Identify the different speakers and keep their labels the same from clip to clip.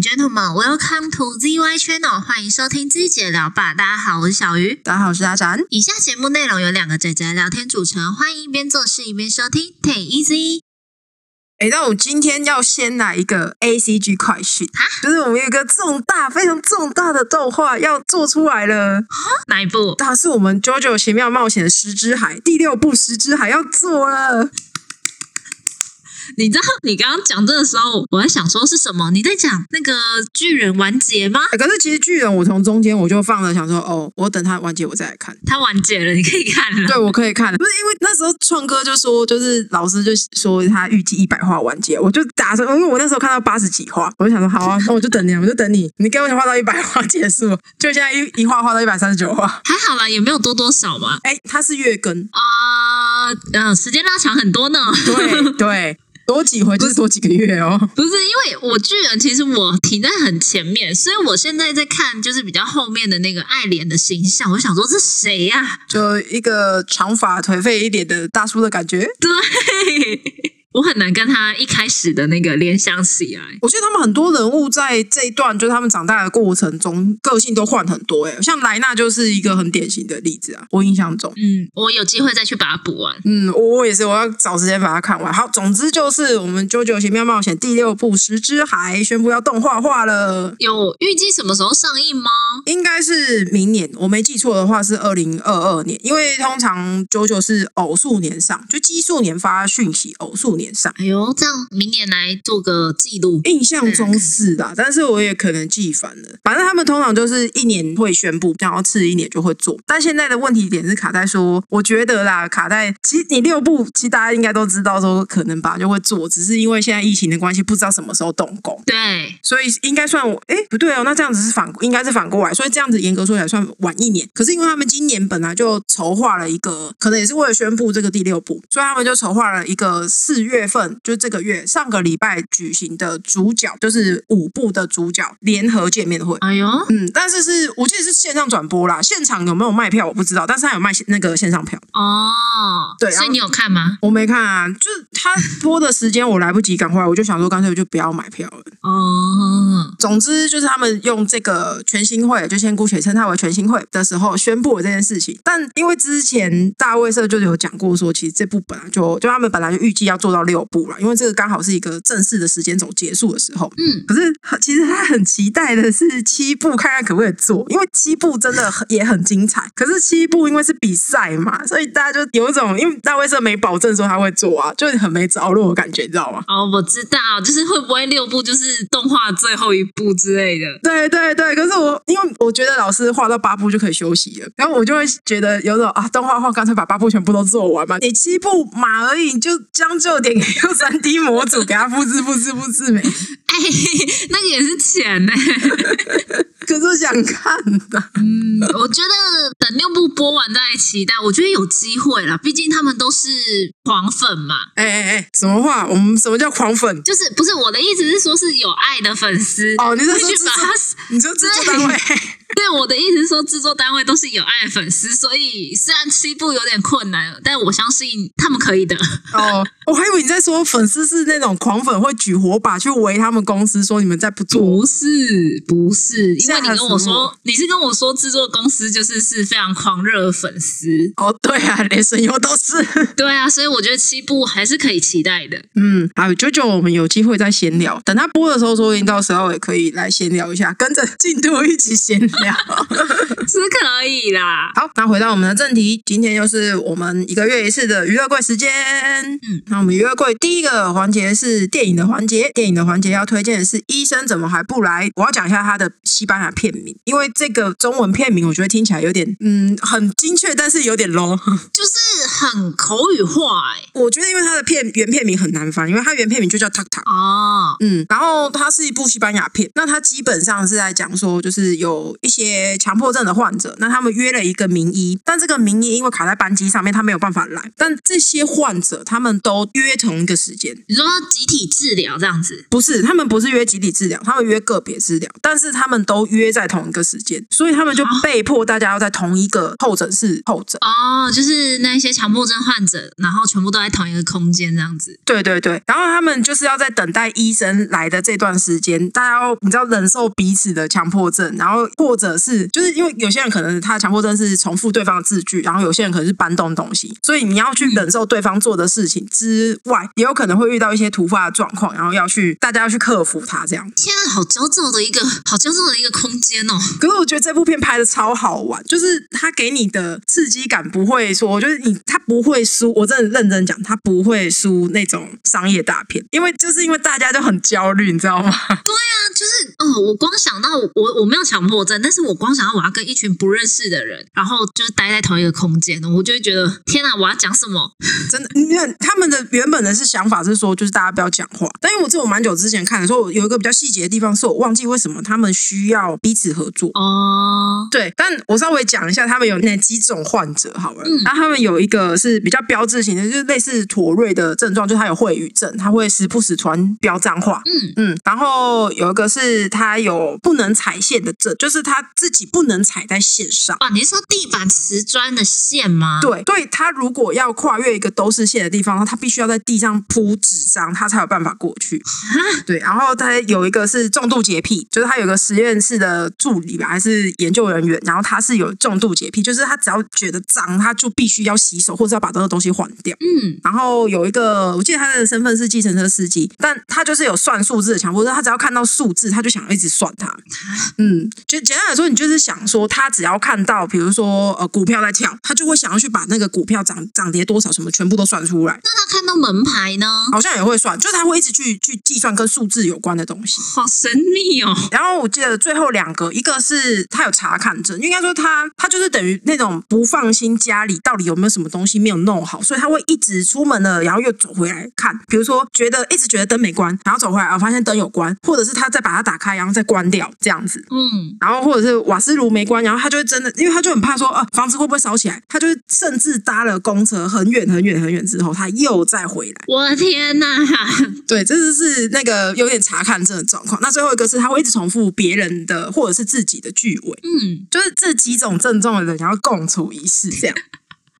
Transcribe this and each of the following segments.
Speaker 1: gentlemen, welcome to ZY Channel，欢迎收听知姐聊吧。大家好，我是小鱼。
Speaker 2: 大家好，我是阿展。
Speaker 1: 以下节目内容由两个姐姐聊天组成，欢迎一边做事一边收听，Take easy。
Speaker 2: 哎，那我们今天要先来一个 A C G 快讯，就是我们有一个重大、非常重大的动画要做出来了，
Speaker 1: 哪一部？
Speaker 2: 它是我们《JoJo 奇妙冒险的十之海》第六部《十之海》要做了。
Speaker 1: 你知道你刚刚讲这个时候，我在想说是什么？你在讲那个巨人完结吗？
Speaker 2: 哎可是其实巨人，我从中间我就放了，想说哦，我等它完结我再来看。
Speaker 1: 它完结了，你可以看了。
Speaker 2: 对，我可以看，不是因为那时候创哥就说，就是老师就说他预计一百话完结，我就打算，因为我那时候看到八十几话，我就想说好啊，那我就等你，我就等你，你给我画到 一百话结束，就现在一一画画到一百三十九话，
Speaker 1: 还好啦，也没有多多少嘛。
Speaker 2: 哎，它是月更，
Speaker 1: 啊、嗯、时间拉长很多呢。
Speaker 2: 对对， 多几回就是多几个月哦。
Speaker 1: 不是因为我巨人，其实我停在很前面，所以我现在在看就是比较后面的那个爱莲的形象，我想说这谁呀、
Speaker 2: 就一个长发颓废一点的大叔的感觉，
Speaker 1: 对我很难跟他一开始的那个联想起来。
Speaker 2: 我觉得他们很多人物在这一段，就是他们长大的过程中，个性都换很多、欸。哎，像莱纳就是一个很典型的例子啊，我印象中。
Speaker 1: 嗯，我有机会再去把它补完。
Speaker 2: 嗯，我我也是，我要找时间把它看完。好，总之就是我们《九九奇妙冒险》第六部《十之海》宣布要动画化了，
Speaker 1: 有预计什么时候上映吗？
Speaker 2: 应该是明年，我没记错的话是二零二二年，因为通常九九是偶数年上，就奇数年发讯息，偶数年上。
Speaker 1: 哎呦，这样明年来做个记录。
Speaker 2: 印象中是啦，但是我也可能记反了。反正他们通常就是一年会宣布，然后次一年就会做。但现在的问题点是卡在说，我觉得啦，卡在其实你六部，其实大家应该都知道说可能吧就会做，只是因为现在疫情的关系，不知道什么时候动工。
Speaker 1: 对，
Speaker 2: 所以应该算我哎不对哦，那这样子是反应该是反过来，所以这样子严格说起来算晚一年。可是因为他们今年本来就筹划了一个，可能也是为了宣布这个第六部，所以他们就筹划了一个四月份，就是这个月上个礼拜举行的主角，就是五部的主角联合见面会。
Speaker 1: 哎呦，
Speaker 2: 嗯，但是是我记得是线上转播啦，现场有没有卖票我不知道，但是他有卖线那个线上票。
Speaker 1: 哦，
Speaker 2: 对然
Speaker 1: 所
Speaker 2: 后
Speaker 1: 以你有看吗？
Speaker 2: 我没看啊，就是他播的时间我来不及赶回来，我就想说干脆就不要买票了。
Speaker 1: 哦，
Speaker 2: 总之就是他们用这个全新会，就先姑且称它为全新会的时候，宣布了这件事情。但因为之前大卫社就有讲过说，其实这部本来就就他们本来就预计要做到六部了，因为这个刚好是一个正式的时间轴结束的时候。
Speaker 1: 嗯，
Speaker 2: 可是其实他很期待的是七部，看看可不可以做，因为七部真的很也很精彩。可是七部因为是比赛嘛，所以大家就有一种因为大卫社没保证说他会做啊，就很没着落的感觉，你知道吗？
Speaker 1: 哦，我知道，就是会不会六部就是动画最后一部之类的。
Speaker 2: 对对对，可是我因为我觉得老师画到八部就可以休息了，然后我就会觉得有种啊，动画画干脆把八部全部都做完嘛，你七部码而已，你就将就点给用三 D 模组给它复制复制复制没？
Speaker 1: 哎， 那个也是钱呢、
Speaker 2: 可是我想看呐、
Speaker 1: 嗯，我觉得等六部播完再期待，我觉得有机会啦，毕竟他们都是狂粉嘛。
Speaker 2: 哎哎哎，什么话？我们什么叫狂粉？
Speaker 1: 就是不是我的意思是说，是有爱的粉丝
Speaker 2: 哦你是说
Speaker 1: 会去
Speaker 2: 制
Speaker 1: 把
Speaker 2: 作
Speaker 1: 他
Speaker 2: 你说制作单位？
Speaker 1: 对，我的意思是说，制作单位都是有爱的粉丝，所以虽然七部有点困难，但我相信他们可 以的。
Speaker 2: 哦，我还以为你在说粉丝是那种狂粉会举火把去围他们公司，说你们再不做。
Speaker 1: 不是，不是，因为你
Speaker 2: 吓
Speaker 1: 跟
Speaker 2: 死
Speaker 1: 我说
Speaker 2: 我，
Speaker 1: 你是跟我说制作公司就是是非常狂热的粉丝，
Speaker 2: 哦，对啊，连神游都是。
Speaker 1: 对啊，所以我觉得七部还是可以期待的。
Speaker 2: 嗯，好，九九，我们有机会再闲聊。等他播的时候，说不定到时候也可以来闲聊一下，跟着进度一起闲 聊。
Speaker 1: 是可以啦。
Speaker 2: 好，那回到我们的正题，今天又是我们一个月一次的娱乐柜时间。嗯，那我们娱乐柜第一个环节是电影的环节，电影的环节要推荐的是《医生怎么还不来》。我要讲一下它的西班牙片名，因为这个中文片名我觉得听起来有点嗯很精确，但是有点 low。
Speaker 1: 就是很口语化哎、
Speaker 2: 我觉得因为它的片原片名很难翻，因为它原片名就叫 Tuck Tuck。
Speaker 1: 哦，
Speaker 2: 嗯，然后它是一部西班牙片，那它基本上是在讲说，就是有一些强迫症的患者，那他们约了一个名医，但这个名医因为卡在班机上面，他没有办法来，但这些患者他们都约同一个时间。
Speaker 1: 你说集体治疗这样子，
Speaker 2: 不是，他们不是约集体治疗，他们约个别治疗，但是他们都约在同一个时间，所以他们就
Speaker 1: 啊
Speaker 2: 被迫大家要在同一个候诊室候诊。
Speaker 1: 哦，就是那些强强迫症患者，然后全部都在同一个空间这样子。
Speaker 2: 对对对，然后他们就是要在等待医生来的这段时间，大家要你知道忍受彼此的强迫症，然后或者是就是因为有些人可能他的强迫症是重复对方的字句，然后有些人可能是搬动东西，所以你要去忍受对方做的事情之外，也有可能会遇到一些突发的状况，然后要去大家要去克服它这样。
Speaker 1: 天啊，好焦躁的一个， 好焦躁的一个空间哦。
Speaker 2: 可是我觉得这部片拍的超好玩，就是它给你的刺激感不会说，我觉得你它不会输，我真的认真讲，它不会输那种商业大片，因为就是因为大家都很焦虑，你知道吗？
Speaker 1: 那就是，哦，我光想到我我我没有强迫症，但是我光想到我要跟一群不认识的人，然后就是待在同一个空间，我就会觉得天啊，我要讲什么？
Speaker 2: 真的，你看他们的原本的是想法是说，就是大家不要讲话，但因为我这我蛮久之前看的，所以我有一个比较细节的地方，是我忘记为什么他们需要彼此合作。
Speaker 1: 哦，
Speaker 2: 对，但我稍微讲一下，他们有哪几种患者好了。
Speaker 1: 嗯
Speaker 2: 然后他们有一个是比较标志性的，就是类似妥瑞的症状，就是他有秽语症，他会时不时突然飙脏话。
Speaker 1: 嗯
Speaker 2: 嗯，然后有一个是他有不能踩线的症，就是他自己不能踩在线上。
Speaker 1: 哇，你是说地板瓷砖的线吗？，
Speaker 2: 对，对他如果要跨越一个都是线的地方，他必须要在地上铺纸张，他才有办法过去。 对，然后他有一个是重度洁癖，就是他有个实验室的助理吧，还是研究人员，然后他是有重度洁癖，就是他只要觉得脏，他就必须要洗手，或者要把这个东西换掉。
Speaker 1: 嗯，
Speaker 2: 然后有一个，我记得他的身份是计程车司机，但他就是有算数字的强迫症，他只要看到数字，他就想要一直算它。嗯，就简单来说，你就是想说，他只要看到，比如说呃股票在跳，他就会想要去把那个股票涨涨跌多少什么全部都算出来，
Speaker 1: 那他看到门牌呢？
Speaker 2: 好像也会算，就是他会一直去去计算跟数字有关的东西。
Speaker 1: 好神秘哦。
Speaker 2: 然后我记得最后两个，一个是他有查看证，应该说他他就是等于那种不放心家里到底有没有什么东西没有弄好，所以他会一直出门了，然后又走回来看，比如说觉得一直觉得灯没关，然后走回来啊发现灯有关，或者是他再把它打开然后再关掉这样子。
Speaker 1: 嗯，
Speaker 2: 然后或者是瓦斯炉没关，然后他就会真的，因为他就很怕说，啊，房子会不会烧起来？他就是甚至搭了公车很远很远很远之后，他又再回来。
Speaker 1: 我的天哪！
Speaker 2: 对，这就是那个有点查看症的状况。那最后一个是他会一直重复别人的或者是自己的句尾，
Speaker 1: 嗯，
Speaker 2: 就是这几种症状的人，然后共处一室这样。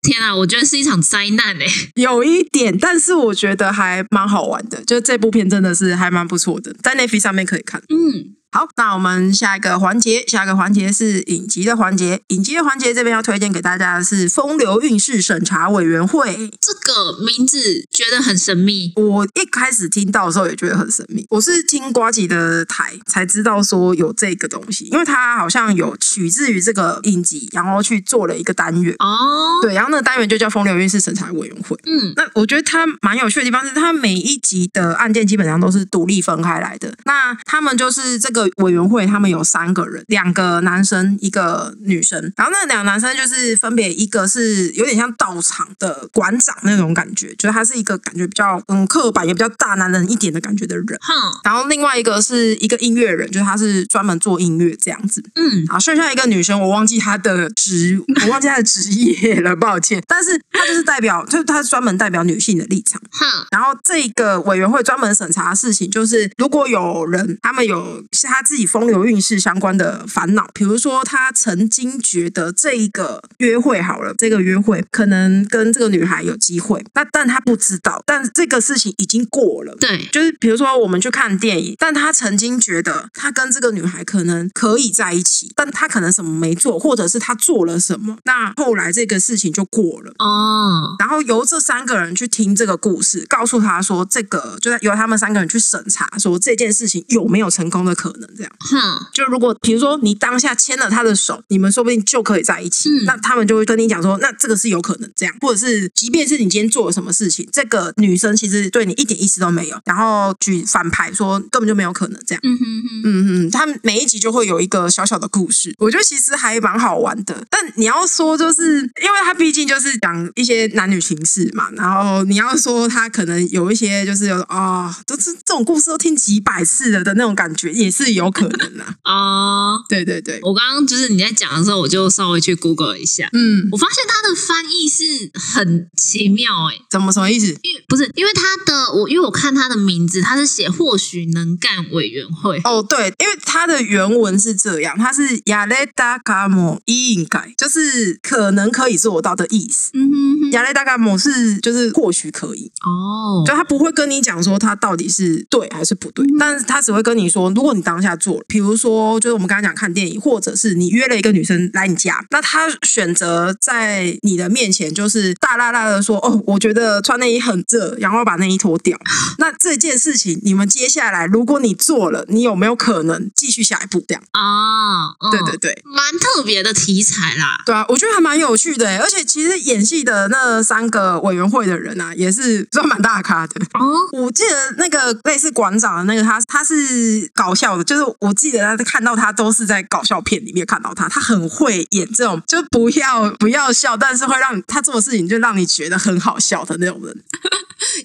Speaker 1: 天啊，我觉得是一场灾难哎、
Speaker 2: 有一点，但是我觉得还蛮好玩的，就这部片真的是还蛮不错的，在 n e t f 上面可以看。
Speaker 1: 嗯，
Speaker 2: 好，那我们下一个环节，下一个环节是影集的环节。影集的环节这边要推荐给大家的是《风流韵事审查委员会》。
Speaker 1: 这个名字觉得很神秘。
Speaker 2: 我一开始听到的时候也觉得很神秘，我是听瓜吉的台才知道说有这个东西，因为他好像有取自于这个影集，然后去做了一个单元。
Speaker 1: 哦，
Speaker 2: 对，然后那个单元就叫《风流韵事审查委员会》。
Speaker 1: 嗯
Speaker 2: 那我觉得它蛮有趣的地方是，它每一集的案件基本上都是独立分开来的。那他们就是这个委员会，他们有三个人，两个男生，一个女生。然后那两个男生就是分别一个是有点像道场的馆长那种感觉，就是他是一个感觉比较嗯刻板也比较大男人一点的感觉的人。
Speaker 1: 哼，
Speaker 2: 然后另外一个是一个音乐人，就是他是专门做音乐这样子。
Speaker 1: 嗯，
Speaker 2: 好，剩下一个女生，我忘记她的职，我忘记她的职业了， 抱歉。但是她就是代表，就是她专门代表女性的立场。
Speaker 1: 哼，
Speaker 2: 然后这个委员会专门审查的事情，就是如果有人他们有是他自己风流韵事相关的烦恼，比如说他曾经觉得这一个约会好了，这个约会可能跟这个女孩有机会，那但他不知道，但这个事情已经过了。
Speaker 1: 对，
Speaker 2: 就是比如说我们去看电影，但他曾经觉得他跟这个女孩可能可以在一起，但他可能什么没做，或者是他做了什么，那后来这个事情就过了。
Speaker 1: 哦，
Speaker 2: 然后由这三个人去听这个故事，告诉他说，这个就是由他们三个人去审查，说这件事情有没有成功的可能。这样，
Speaker 1: 哼，
Speaker 2: 就如果比如说你当下牵了他的手，你们说不定就可以在一起。
Speaker 1: 嗯
Speaker 2: 那他们就会跟你讲说，那这个是有可能这样，或者是即便是你今天做了什么事情，这个女生其实对你一点意思都没有，然后举反牌说根本就没有可能这样。
Speaker 1: 嗯哼哼，
Speaker 2: 嗯嗯，他们每一集就会有一个小小的故事，我觉得其实还蛮好玩的。但你要说，就是因为他毕竟就是讲一些男女情事嘛，然后你要说他可能有一些就是有哦，都是这种故事都听几百次了的那种感觉，也是有可能啊啦。
Speaker 1: 哦，
Speaker 2: 对对对，
Speaker 1: 我刚刚就是你在讲的时候，我就稍微去 Google 了一下，
Speaker 2: 嗯，
Speaker 1: 我发现它的翻译是很奇妙哎、
Speaker 2: 怎么什么意思？
Speaker 1: 因为不是因为它的我，因为我看它的名字，它是写或许能干委员会，
Speaker 2: 哦，对，因为它的原文是这样，它是亚雷达卡莫伊应该，就是可能可以做到的意思。
Speaker 1: 嗯哼哼
Speaker 2: 亚雷达嘎姆是就是或许可以，
Speaker 1: 哦，
Speaker 2: 就他不会跟你讲说他到底是对还是不对，但是他只会跟你说，如果你当下做了，比如说就是我们刚刚讲看电影，或者是你约了一个女生来你家，那她选择在你的面前就是大辣辣的说，哦，我觉得穿内衣很热，然后把内衣脱掉。那这件事情，你们接下来如果你做了，你有没有可能继续下一步？这样，
Speaker 1: 啊，嗯
Speaker 2: 对对，对。
Speaker 1: 蛮特别的题材啦。
Speaker 2: 对啊，我觉得还蛮有趣的欸，而且其实演戏的那三个委员会的人啊，也是算蛮大咖的。
Speaker 1: 哦，
Speaker 2: 我记得那个类似馆长的那个他，他是搞笑的，就是我记得他看到他都是在搞笑片里面看到他，他很会演这种，就不要不要笑，但是会让你他做的事情就让你觉得很好笑的那种人。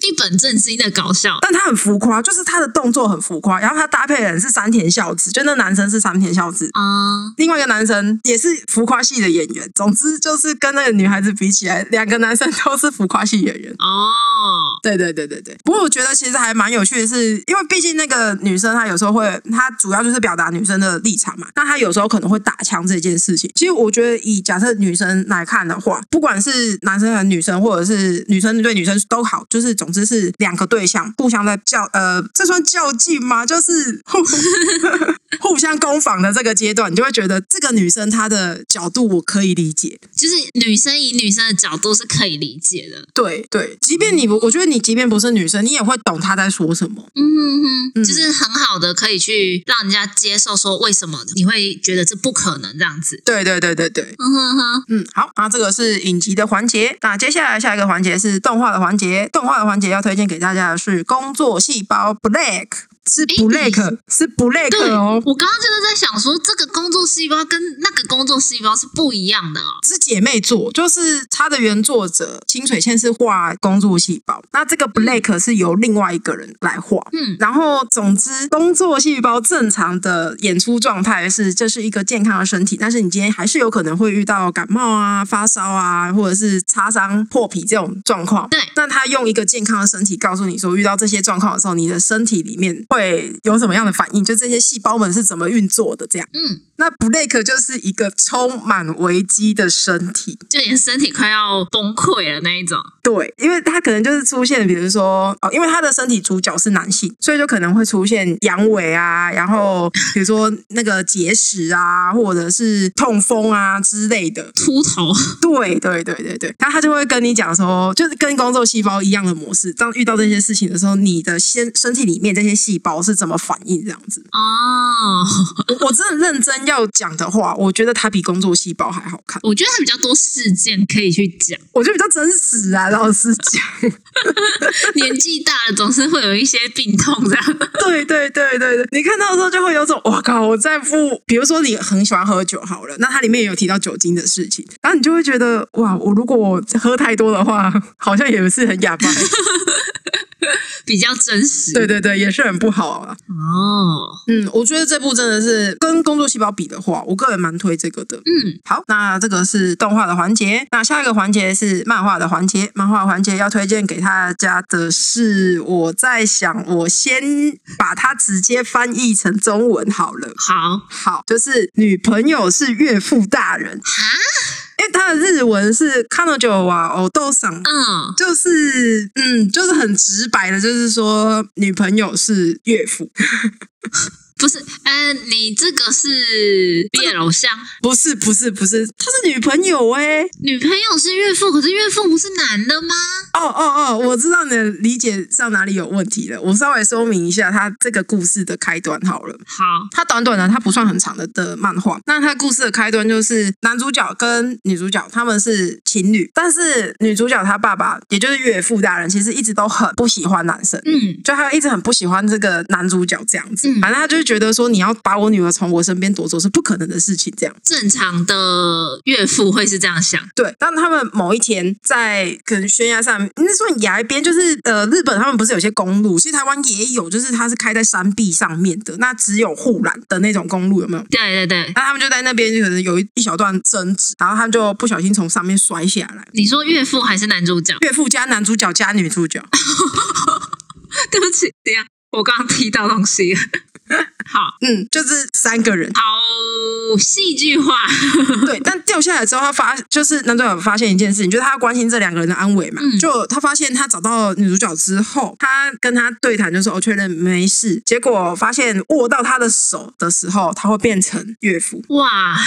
Speaker 1: 一本正经的搞笑，
Speaker 2: 但他很浮夸，就是他的动作很浮夸，然后他搭配的人是山田孝之，就那男生是山田孝之。
Speaker 1: 啊，
Speaker 2: 另外一个男生也是浮夸系的演员，总之就是跟那个女孩子比起来，两个男生都是浮夸系演员。
Speaker 1: 哦，
Speaker 2: 对对对对对。不过我觉得其实还蛮有趣的是，因为毕竟那个女生她有时候会，她主要就是表达女生的立场嘛。那她有时候可能会打枪这件事情。其实我觉得以假设女生来看的话，不管是男生和女生，或者是女生对女生都好，就是总之是两个对象互相在较呃，这算较劲吗？就是 互互相攻防的这个阶段，你就会觉得这个女生她的角度我可以理解，
Speaker 1: 就是女生以女生的角度是可以理解的。
Speaker 2: 对对，即便你不，我觉得你即便不是女生，你也会懂她在说什么。
Speaker 1: 嗯
Speaker 2: 嗯
Speaker 1: 哼，就是很好的可以去让人家接受，说为什么你会觉得这不可能这样子。
Speaker 2: 对对对对对，
Speaker 1: 嗯哼哼，
Speaker 2: 嗯，好，那这个是影集的环节。那接下来下一个环节是动画的环节，动画的环节要推荐给大家的是《工作细胞 Black》，是 Black，是 Black
Speaker 1: 对，
Speaker 2: 哦，
Speaker 1: 我刚刚就是在想说，这个工作细胞跟那个工作细胞是不一样的哦。
Speaker 2: 是姐妹作，就是它的原作者清水茜是画《工作细胞》，那这个 Black 是由另外一个人来画。
Speaker 1: 嗯，
Speaker 2: 然后，总之，工作细胞正常的演出状态是，这是一个健康的身体，但是你今天还是有可能会遇到感冒啊、发烧啊，或者是擦伤、破皮这种状况。
Speaker 1: 对
Speaker 2: 那他用一个健康的身体告诉你说，遇到这些状况的时候，你的身体里面会有什么样的反应，就这些细胞们是怎么运作的这样。
Speaker 1: 嗯，
Speaker 2: 那 Blake 就是一个充满危机的身体，
Speaker 1: 就你的身体快要崩溃了那一种。
Speaker 2: 对，因为他可能就是出现，比如说哦，因为他的身体主角是男性，所以就可能会出现阳痿啊，然后比如说那个结石啊，或者是痛风啊之类的。
Speaker 1: 秃头，
Speaker 2: 对对对对对，然后他就会跟你讲说，就是跟工作细胞一样的模式，当遇到这些事情的时候，你的先身体里面这些细胞是怎么反应这样子。
Speaker 1: 哦，
Speaker 2: 我我真的认真要讲的话，我觉得它比工作细胞还好看，
Speaker 1: 我觉得它比较多事件可以去讲。
Speaker 2: 我觉得比较真实啊，老实讲。
Speaker 1: 年纪大了，总是会有一些病痛这样。
Speaker 2: 对对对对对，你看到的时候就会有种哇靠，我再不，比如说你很喜欢喝酒好了，那它里面有提到酒精的事情，然后你就会觉得哇，我如果喝太多的话，好像也是很哑巴，
Speaker 1: 比较真实。
Speaker 2: 对对对，也是很不好啊。
Speaker 1: 哦，
Speaker 2: 嗯，我觉得这部真的是跟工作细胞比的话，我个人蛮推这个的。
Speaker 1: 嗯，
Speaker 2: 好，那这个是动画的环节，那下一个环节是漫画的环节。漫画环节要推荐给大家的是，我在想，我先把它直接翻译成中文好了。
Speaker 1: 好
Speaker 2: 好，就是女朋友是岳父大人，
Speaker 1: 哈，
Speaker 2: 因为他的日文是 k a n o j o wa o d o s a n
Speaker 1: 嗯，
Speaker 2: 就是嗯，就是很直白的，就是说女朋友是岳父，
Speaker 1: 不是，呃，你这个是毕业楼像，
Speaker 2: 不是不是不是，她是女朋友哎、
Speaker 1: 女朋友是岳父，可是岳父不是男的吗？
Speaker 2: 哦哦哦，我知道你的理解上哪里有问题了，我稍微说明一下他这个故事的开端好了。
Speaker 1: 好，
Speaker 2: 它短短的，它不算很长的的漫画。那它故事的开端就是男主角跟女主角他们是情侣，但是女主角她爸爸，也就是岳父大人，其实一直都很不喜欢男生。
Speaker 1: 嗯，
Speaker 2: 就他一直很不喜欢这个男主角这样子，
Speaker 1: 嗯
Speaker 2: 反正他就是觉得说你要把我女儿从我身边夺走是不可能的事情，这样
Speaker 1: 正常的岳父会是这样想，
Speaker 2: 对。但他们某一天在可能悬崖上，那说崖边就是呃日本他们不是有些公路，其实台湾也有，就是它是开在山壁上面的，那只有护栏的那种公路有没有？
Speaker 1: 对对对。
Speaker 2: 那他们就在那边可能有一一小段争执，然后他们就不小心从上面摔下来。
Speaker 1: 你说岳父还是男主角？
Speaker 2: 岳父加男主角加女主角，
Speaker 1: 对不起，等一下我刚刚踢到东西了。 好。
Speaker 2: 嗯，就是三个人
Speaker 1: 好戏剧化，
Speaker 2: 对，但掉下来之后，他发就是男主角有发现一件事情，就是他要关心这两个人的安危嘛。
Speaker 1: 嗯
Speaker 2: 就他发现他找到女主角之后，他跟他对谈，就说我哦确认没事。结果发现握到他的手的时候，他会变成岳父。
Speaker 1: 哇，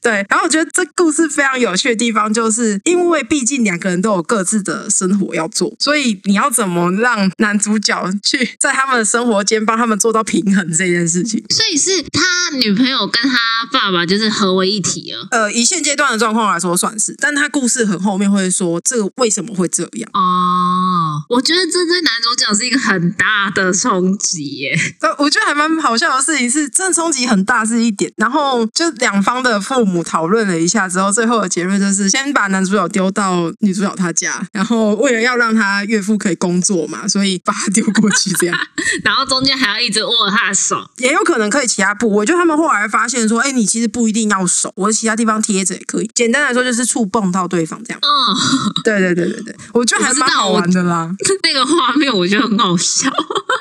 Speaker 2: 对，然后我觉得这故事非常有趣的地方，就是因为毕竟两个人都有各自的生活要做，所以你要怎么让男主角去在他们的生活间帮他们做到平衡这件事情？
Speaker 1: 所以是他女朋友跟他爸爸就是合为一体了。
Speaker 2: 呃，以现阶段的状况来说算是，但他故事很后面会说这个为什么会这样？
Speaker 1: 哦，我觉得这对男主角是一个很大的冲击耶。
Speaker 2: 但我觉得还蛮好笑的事情是，真的冲击很大是一点，然后就两方的父母讨论了一下之后，最后的结论就是先把男主角丢到女主角她家，然后为了要让他岳父可以工作嘛，所以把他丢过去这 样。
Speaker 1: 然后中间还要一直握他的手，。
Speaker 2: 也有可能可以其他部位，就他们后来发现说，哎、你其实不一定要手，我其他地方贴着也可以。简单来说就是触碰到对方这样
Speaker 1: 嗯，
Speaker 2: 对对对对对，我觉得还蛮好玩的啦，
Speaker 1: 那个画面我觉得很好笑。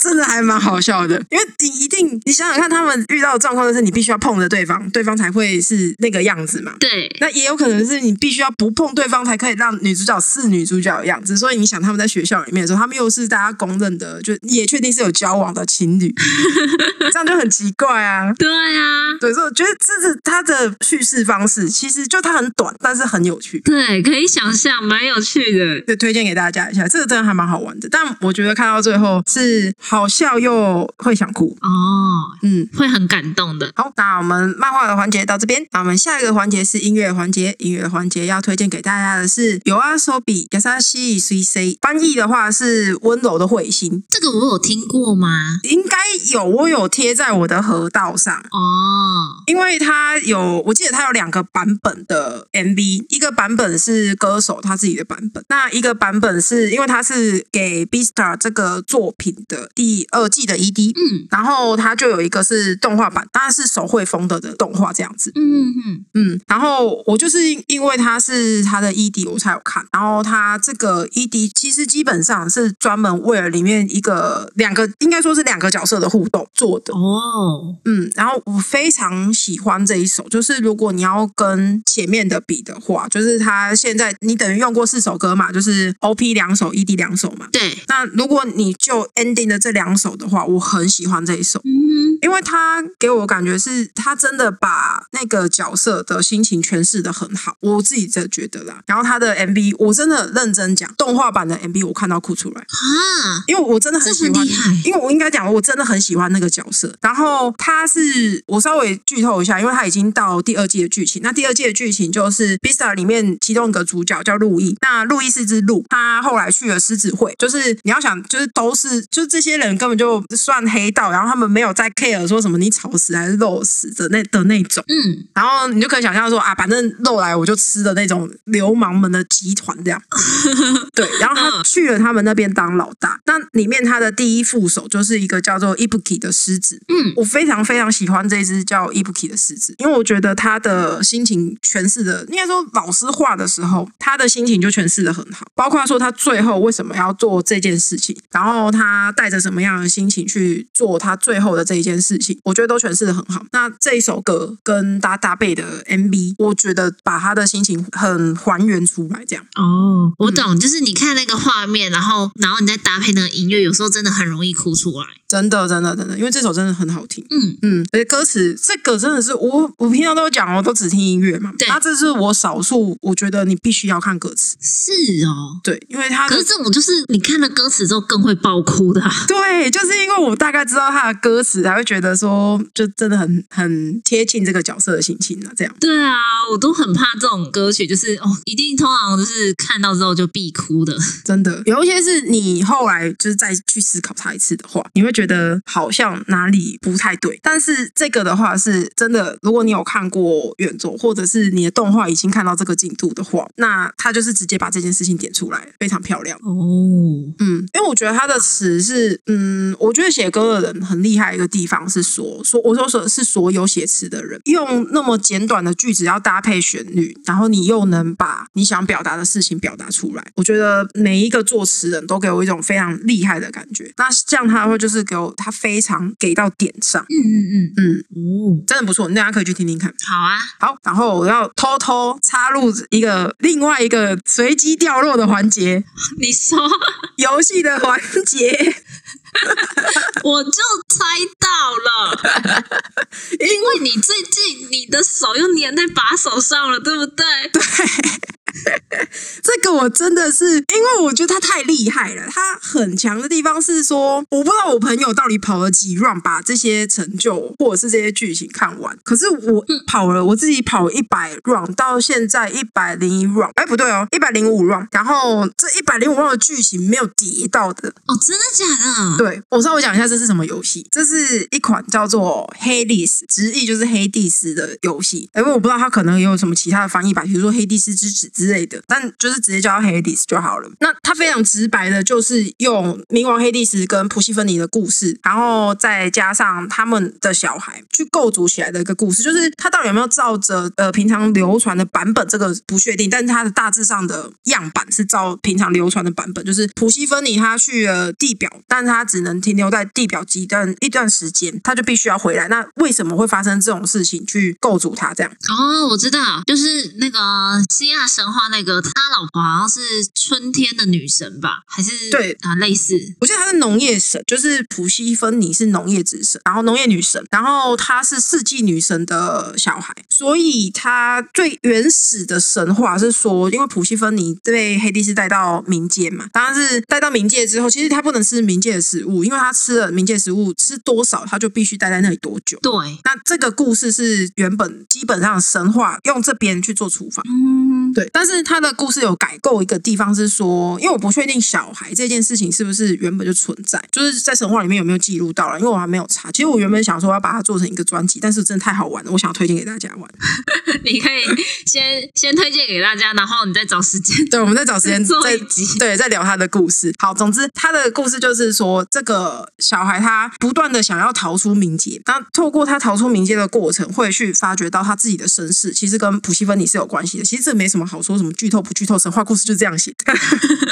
Speaker 2: 真的还蛮好笑的。因为你一定，你想想看，他们遇到的状况就是你必须要碰着对方，对方才会是那个样子嘛。
Speaker 1: 对，
Speaker 2: 那也有可能是你必须要不碰对方，才可以让女主角是女主角的样子。所以你想，他们在学校里面的时候，他们又是大家公认的，就也确定是有交往的情侣，这样就很奇怪啊。
Speaker 1: 对啊，
Speaker 2: 对，所以我觉得这是他的叙事方式，其实就它很短，但是很有趣。
Speaker 1: 对，可以想象，蛮有趣的。
Speaker 2: 就推荐给大家一下，这个真的还蛮好玩的。但我觉得看到最后是好笑又会想哭。
Speaker 1: 哦，
Speaker 2: 嗯，
Speaker 1: 会很感动的。
Speaker 2: 好，那我们漫画的环节到这边，那我们下一个环节是音乐环节。音乐环节要推荐给大家的是《有啊手比亚沙西 C C》，翻译的话是“温柔的彗星
Speaker 1: 这个我有听过吗”，？
Speaker 2: 应该有，我有贴在我的河道上。
Speaker 1: 哦，
Speaker 2: 因为它有，我记得它有两个版本的 MV，一个版本是歌手他自己的版本，那一个版本是因为它是给 Bista 这个作品的第二季的 ED，
Speaker 1: 嗯
Speaker 2: 然后它就有一个是动画版，当然是手绘风的的动画这样子，
Speaker 1: 嗯嗯，
Speaker 2: 嗯，然后我就是因为它是它的 ED 我才有看，然后它这个 ED 其实基本上是专门为了里面一个两个应该说是两个角色的互动做的，
Speaker 1: 哦，
Speaker 2: 嗯，然后我非常喜欢这一首，就是如果你要跟前面的比的话，就是它现在你等于用过四首歌嘛，就是 OP 两首，ED 两首嘛。
Speaker 1: 对，
Speaker 2: 那如果你就 ending 的这两首的话，我很喜欢这一首，
Speaker 1: 嗯，
Speaker 2: 因为它给我感觉是它真的把那个角色的心情诠释的很好，我自己这觉得啦。然后它的 MV 我真的认真讲，动画版的 MV 我看到哭出来。
Speaker 1: 啊，
Speaker 2: 因为我真的很喜欢
Speaker 1: 这很厉害，
Speaker 2: 因为我应该讲，我真的很喜欢那个角色。然后他是我稍微剧透一下，因为他已经到第二季的剧情。那第二季的剧情就是《Bista》里面其中一个主角叫路易，那路易是只鹿，他后来去了狮子会，就是你要想，就是都是就是这些人根本就算黑道，然后他们没有在 care 说什么你吵死还是肉死的那的那种。
Speaker 1: 嗯，
Speaker 2: 然后你就可以想象说啊，反正肉来我就吃的那种流氓们的集团这样。对，然后他去了他们那边当老大。那里面他的第一副手就是一个叫做 Ibuki 的狮子。
Speaker 1: 嗯，
Speaker 2: 我非常非常喜欢这只叫 Ibuki 的狮子，因为我觉得他的心情诠释的，应该说老师画的时候，他的心情就诠释的很好。包括说他最后为什么要做这件事情，然后他带着什么样的心情去做他最后的这一件事情，我觉得都诠释的很好。那这一首歌跟搭搭配的 MV，我觉得把他的心情很还原出来，这样。
Speaker 1: 哦，我懂，就是你看那个画面，然后然后你再搭配那个音乐，有时候真的很容易哭出来。
Speaker 2: 真的，真的，真的，因为这首真的很好听。
Speaker 1: 嗯，
Speaker 2: 嗯，而且歌词这个真的是我，我平常都有讲哦，我都只听音乐嘛。
Speaker 1: 对
Speaker 2: 那这是我少数，我觉得你必须要看歌词，
Speaker 1: 是哦。
Speaker 2: 对，因为它
Speaker 1: 可
Speaker 2: 的
Speaker 1: 是这种就是你看了歌词之后更会爆哭的、啊，
Speaker 2: 对，就是因为我大概知道它的歌词，才会觉得说，就真的很很贴近这个角色的心情啊，这样。
Speaker 1: 对啊，我都很怕这种歌曲，就是哦，一定通常就是看到之后就必哭的。
Speaker 2: 真的，有一些是你后来就是再去思考它一次的话，你会觉得好像哪里不太对。但是这个的话是真的，如果你有看过原作，或者是你的动画已经看到这个进度的话，那它就是直接把这件事情点出来，非常漂亮。
Speaker 1: 哦，
Speaker 2: 嗯，因为我觉得他的词是，嗯，我觉得写歌的人很厉害，个地方是说说我说所是所有写词的人，用那么简短的句子要搭配旋律，然后你又能把你想表达的事情表达出来。我觉得每一个作词人都给我一种非常厉害的感觉。那这样他会就是给我他非常给到点上，
Speaker 1: 嗯嗯
Speaker 2: 嗯，
Speaker 1: 嗯，哦，
Speaker 2: 真的不错，大家可以去听听看。
Speaker 1: 好啊，
Speaker 2: 好，然后我要偷偷插入一个另外一个随机掉落的环节，
Speaker 1: 你说，
Speaker 2: 游戏的环节。
Speaker 1: 我就猜到了，因为你最近你的手又粘在把手上了，对不对？
Speaker 2: 这个我真的是，因为我觉得他太厉害了。他很强的地方是说，我不知道我朋友到底跑了几 round 把这些成就或者是这些剧情看完。可是我跑了，我自己跑一百 round，到现在一百零一 round，哎不对哦，一百零五 round。然后这一百零五 round 的剧情没有叠到的。
Speaker 1: 哦，真的假的？
Speaker 2: 对我稍微讲一下这是什么游戏，这是一款叫做《黑历史》，直译就是黑帝斯的游戏。因为我不知道它可能也有什么其他的翻译吧，比如说黑帝斯之子之类的，但就是直接叫它黑帝斯就好了。那它非常直白的，就是用冥王黑帝斯跟普西芬尼的故事，然后再加上他们的小孩去构筑起来的一个故事，就是它到底有没有照着呃平常流传的版本，这个不确定，但是它的大致上的样板是照平常流传的版本，就是普西芬尼他去了地表，但他只能停留在地表一段一段时间，他就必须要回来。那为什么会发生这种事情？去构筑他这样。
Speaker 1: 哦，我知道，就是那个希腊神话那个，他老婆好像是春天的女神吧？还是
Speaker 2: 对
Speaker 1: 啊，类似
Speaker 2: 我记得她是农业神，就是普西芬尼是农业之神，然后农业女神，然后她是世纪女神的小孩，所以她最原始的神话是说，因为普西芬尼被黑帝斯带到冥界嘛，当然是带到冥界之后，其实她不能吃冥界的食物，因为她吃了冥界食物吃多少，她就必须待在那里多久。
Speaker 1: 对，
Speaker 2: 那这个故事是原本基本上神话用这边去做处罚，
Speaker 1: 嗯，
Speaker 2: 对，但是他的故事有改构一个地方是说，因为我不确定小孩这件事情是不是原本就存在，就是在神话里面有没有记录到了，因为我还没有查。其实我原本想说要把它做成一个专辑，但是真的太好玩了，我想推荐给大家玩。
Speaker 1: 你可 以先先推荐给大家，然后你再找时间
Speaker 2: 对，我们再找时间
Speaker 1: 做
Speaker 2: 再
Speaker 1: 一集
Speaker 2: 对再聊他的故事。好，总之他的故事就是说，这个小孩他不断的想要逃出冥界，那透过他逃出冥界的过程，会去发掘到他自己的身世，其实跟普希芬尼是有关系的。其实这没什么好说什么剧透不剧透，神话故事就这样写。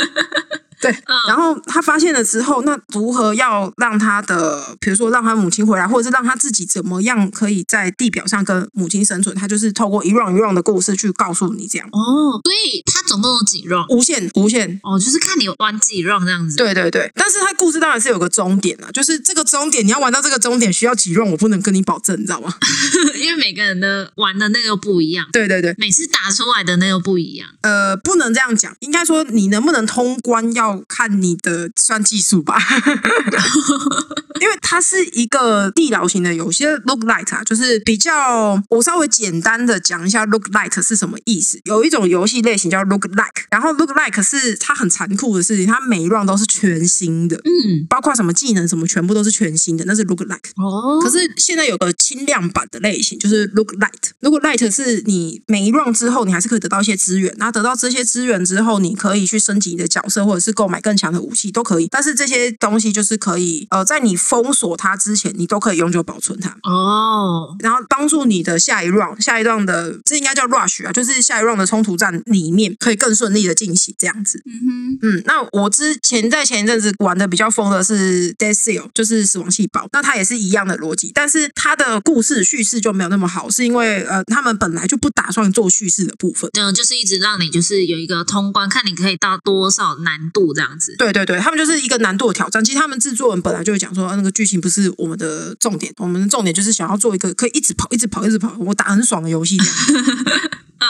Speaker 2: 对，然后他发现了之后，那如何要让他的，比如说让他母亲回来，或者是让他自己怎么样可以在地表上跟母亲生存，他就是透过一 round 一 round 的故事去告诉你这样。
Speaker 1: 哦，所以它总共有几 round？
Speaker 2: 无限无限
Speaker 1: 哦，就是看你玩几 round 这样子。
Speaker 2: 对对对，但是它故事当然是有个终点啊，就是这个终点你要玩到这个终点需要几 round，我不能跟你保证，你知道吗？
Speaker 1: 因为每个人的玩的那个又不一样，
Speaker 2: 对对对，
Speaker 1: 每次打出来的那又不一样。
Speaker 2: 呃，不能这样讲，应该说你能不能通关要看你的算技术吧， 因为它是一个地牢型的游戏，look light 啊，就是比较我稍微简单的讲一下 look light 是什么意思。有一种游戏类型叫 look like，然后 look like 是它很残酷的事情，它每一 round 都是全新的，
Speaker 1: 嗯，
Speaker 2: 包括什么技能什么全部都是全新的，那是 look like。
Speaker 1: 哦，
Speaker 2: 可是现在有个轻量版的类型，就是 Look Light。Look Light 是你每一 round 之后，你还是可以得到一些资源。那得到这些资源之后，你可以去升级你的角色，或者是购买更强的武器都可以。但是这些东西就是可以，呃，在你封锁它之前，你都可以永久保存它。
Speaker 1: 哦，
Speaker 2: 然后帮助你的下一 round，下一 round 的这应该叫 rush 啊，就是下一 round 的冲突战里面可以更顺利的进行这样子。
Speaker 1: 嗯
Speaker 2: 嗯，那我之前在前一阵子玩的比较疯的是 Dead Seal，就是死亡细胞。那它也是一样的逻辑，但是它的故事叙事就没有那么好，是因为呃，他们本来就不打算做叙事的部分。
Speaker 1: 哼，嗯就就是一直让你就是有一个通关，看你可以到多少难度这样子。
Speaker 2: 对对对，他们就是一个难度的挑战。其实他们制作人本来就会讲说，啊、那个剧情不是我们的重点，我们的重点就是想要做一个可以一直跑、一直跑、一直跑，我打很爽的游戏这样。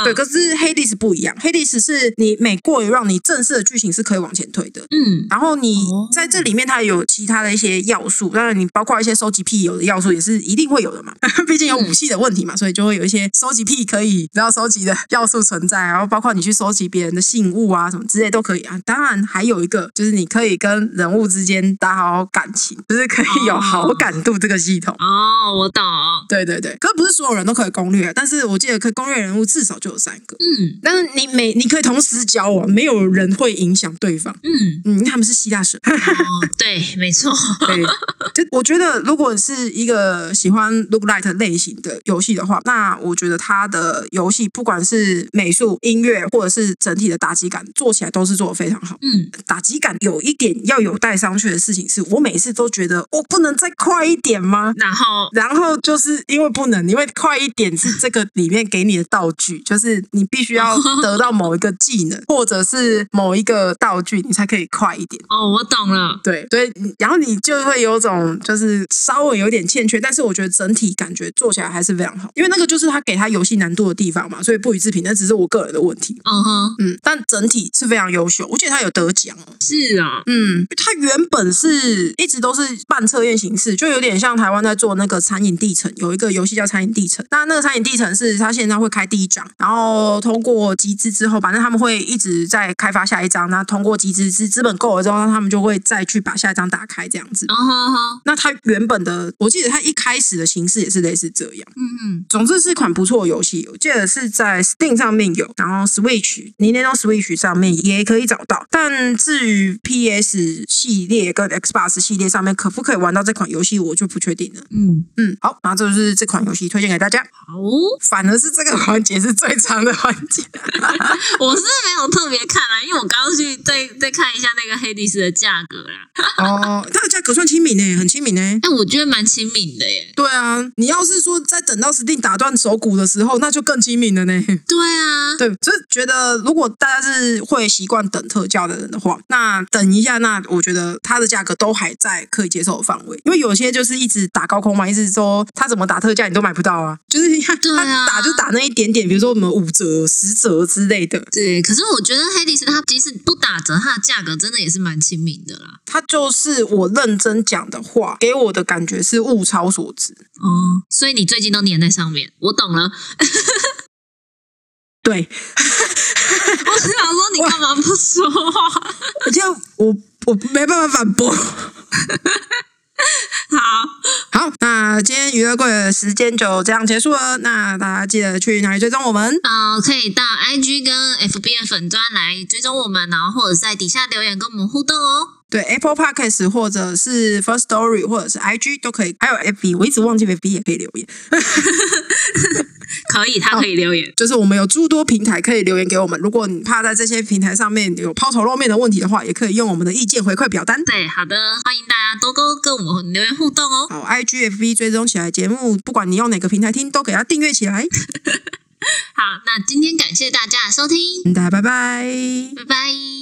Speaker 2: 对，可是黑历史不一样，黑历史是你每过一 round，你正式的剧情是可以往前推的，
Speaker 1: 嗯，
Speaker 2: 然后你
Speaker 1: 哦
Speaker 2: 在这里面，它也有其他的一些要素，当然你包括一些收集癖有的要素也是一定会有的嘛， 毕竟有
Speaker 1: 嗯
Speaker 2: 武器的问题嘛，所以就会有一些收集癖可以然后收集的要素存在，然后包括你去收集别人的信物啊什么之类都可以啊。当然还有一个就是你可以跟人物之间打好感情，就是可以有
Speaker 1: 哦
Speaker 2: 好感度这个系统。
Speaker 1: 哦，我懂。
Speaker 2: 对对对，可是不是所有人都可以攻略，但是我记得可以攻略人物至少就有三个。
Speaker 1: 嗯
Speaker 2: 但是你每你可以同时交往，没有人会影响对方。
Speaker 1: 嗯，
Speaker 2: 嗯，因为他们是希腊神。
Speaker 1: 哦，对，没错。
Speaker 2: 对，就我觉得，如果是一个喜欢 look light 类型的游戏的话，那我觉得它的游戏不管是美术、音乐，或者是整体的打击感，做起来都是做的非常好。
Speaker 1: 嗯，
Speaker 2: 打击感有一点要有待商榷的事情是，我每次都觉得我不能再快一点吗？
Speaker 1: 然后
Speaker 2: 然后就是因为不能，因为快一点是这个里面给你的道具，就是你必须要得到某一个技能或者是某一个道具，你才可以快一点。
Speaker 1: 哦，我懂了，
Speaker 2: 对，所以你然后你就会有种就是稍微有点欠缺，但是我觉得整体感觉做起来还是非常好，因为那个就是他给他游戏难度的地方嘛，所以不予置评，那只是我个人的问题。
Speaker 1: 嗯哼，
Speaker 2: 嗯，但整体是非常优秀，我记得他有得奖哦。
Speaker 1: 是啊，
Speaker 2: 嗯，它原本是一直都是半测验形式，就有点像台湾在做那个餐饮地城，有一个游戏叫餐饮地城。那那个餐饮地城是它现在会开第一章，然后通过集资之后，反正他们会一直在开发下一章。那通过集资资资本够了之后，他们就会再去把下一章打开这样子。
Speaker 1: 嗯哼哼，
Speaker 2: 那它原本的，我记得它一开始的形式也是类似这样。
Speaker 1: 嗯
Speaker 2: 总之是一款不错的游戏，我记得是在 Steam 上面有，然后 Switch、Nintendo Switch 上面也可以找到。但至于 PS 系列跟 Xbox 系列上面可不可以玩到这款游戏，我就不确定了。
Speaker 1: 嗯，
Speaker 2: 嗯，好，那这就是这款游戏推荐给大家。
Speaker 1: 好哦，
Speaker 2: 反而是这个环节是最长的环节，
Speaker 1: 我是没有特别看啊啦，因为我刚刚去再再看一下那个黑历史的价格啦，
Speaker 2: 哦，它的价格算亲民呢，很亲民呢。
Speaker 1: 哎、我觉得蛮亲民的耶。
Speaker 2: 对啊，你要是说在等到 Steam 打断手骨的时候，那就更亲民了呢。
Speaker 1: 对啊，
Speaker 2: 对，就是觉得如果大家是会习惯等特价的人的话，那等一下，那我觉得它的价格都还在可以接受的范围，因为有些就是一直打高空嘛，一直说它怎么打特价你都买不到啊，就是你看
Speaker 1: 对啊
Speaker 2: 它打就打那一点点，比如说我们五折、十折之类的，
Speaker 1: 对，可是我觉得黑历史它即使不打折，它的价格真的也是蛮亲民的啦。
Speaker 2: 它就是我认真讲的话，给我的感觉是物超所值。
Speaker 1: 哦，所以你最近都粘在上面， 我懂了。
Speaker 2: 对，
Speaker 1: 我是想说你干嘛不说话？
Speaker 2: 而且我我没办法反驳。
Speaker 1: 好，
Speaker 2: 好，那今天娱乐柜的时间就这样结束了，那大家记得去哪里追踪我们？
Speaker 1: 呃，可以到 IG 跟 FB 的粉砖来追踪我们，然后或者在底下留言跟我们互动哦。
Speaker 2: 对 Apple Podcast 或者是 First Story 或者是 IG 都可以，还有 FB，我一直忘记 FB 也可以留言，
Speaker 1: 可以，他可以留言。
Speaker 2: 就是我们有诸多平台可以留言给我们。如果你怕在这些平台上面有抛头露面的问题的话，也可以用我们的意见回馈表单。
Speaker 1: 对，好的，欢迎大家多跟跟我们留言互动哦。
Speaker 2: 好，IG、FB 追踪起来节目，不管你用哪个平台听，都给它订阅起来。
Speaker 1: 好，那今天感谢大家的收听，
Speaker 2: 嗯大家拜拜。
Speaker 1: 拜拜。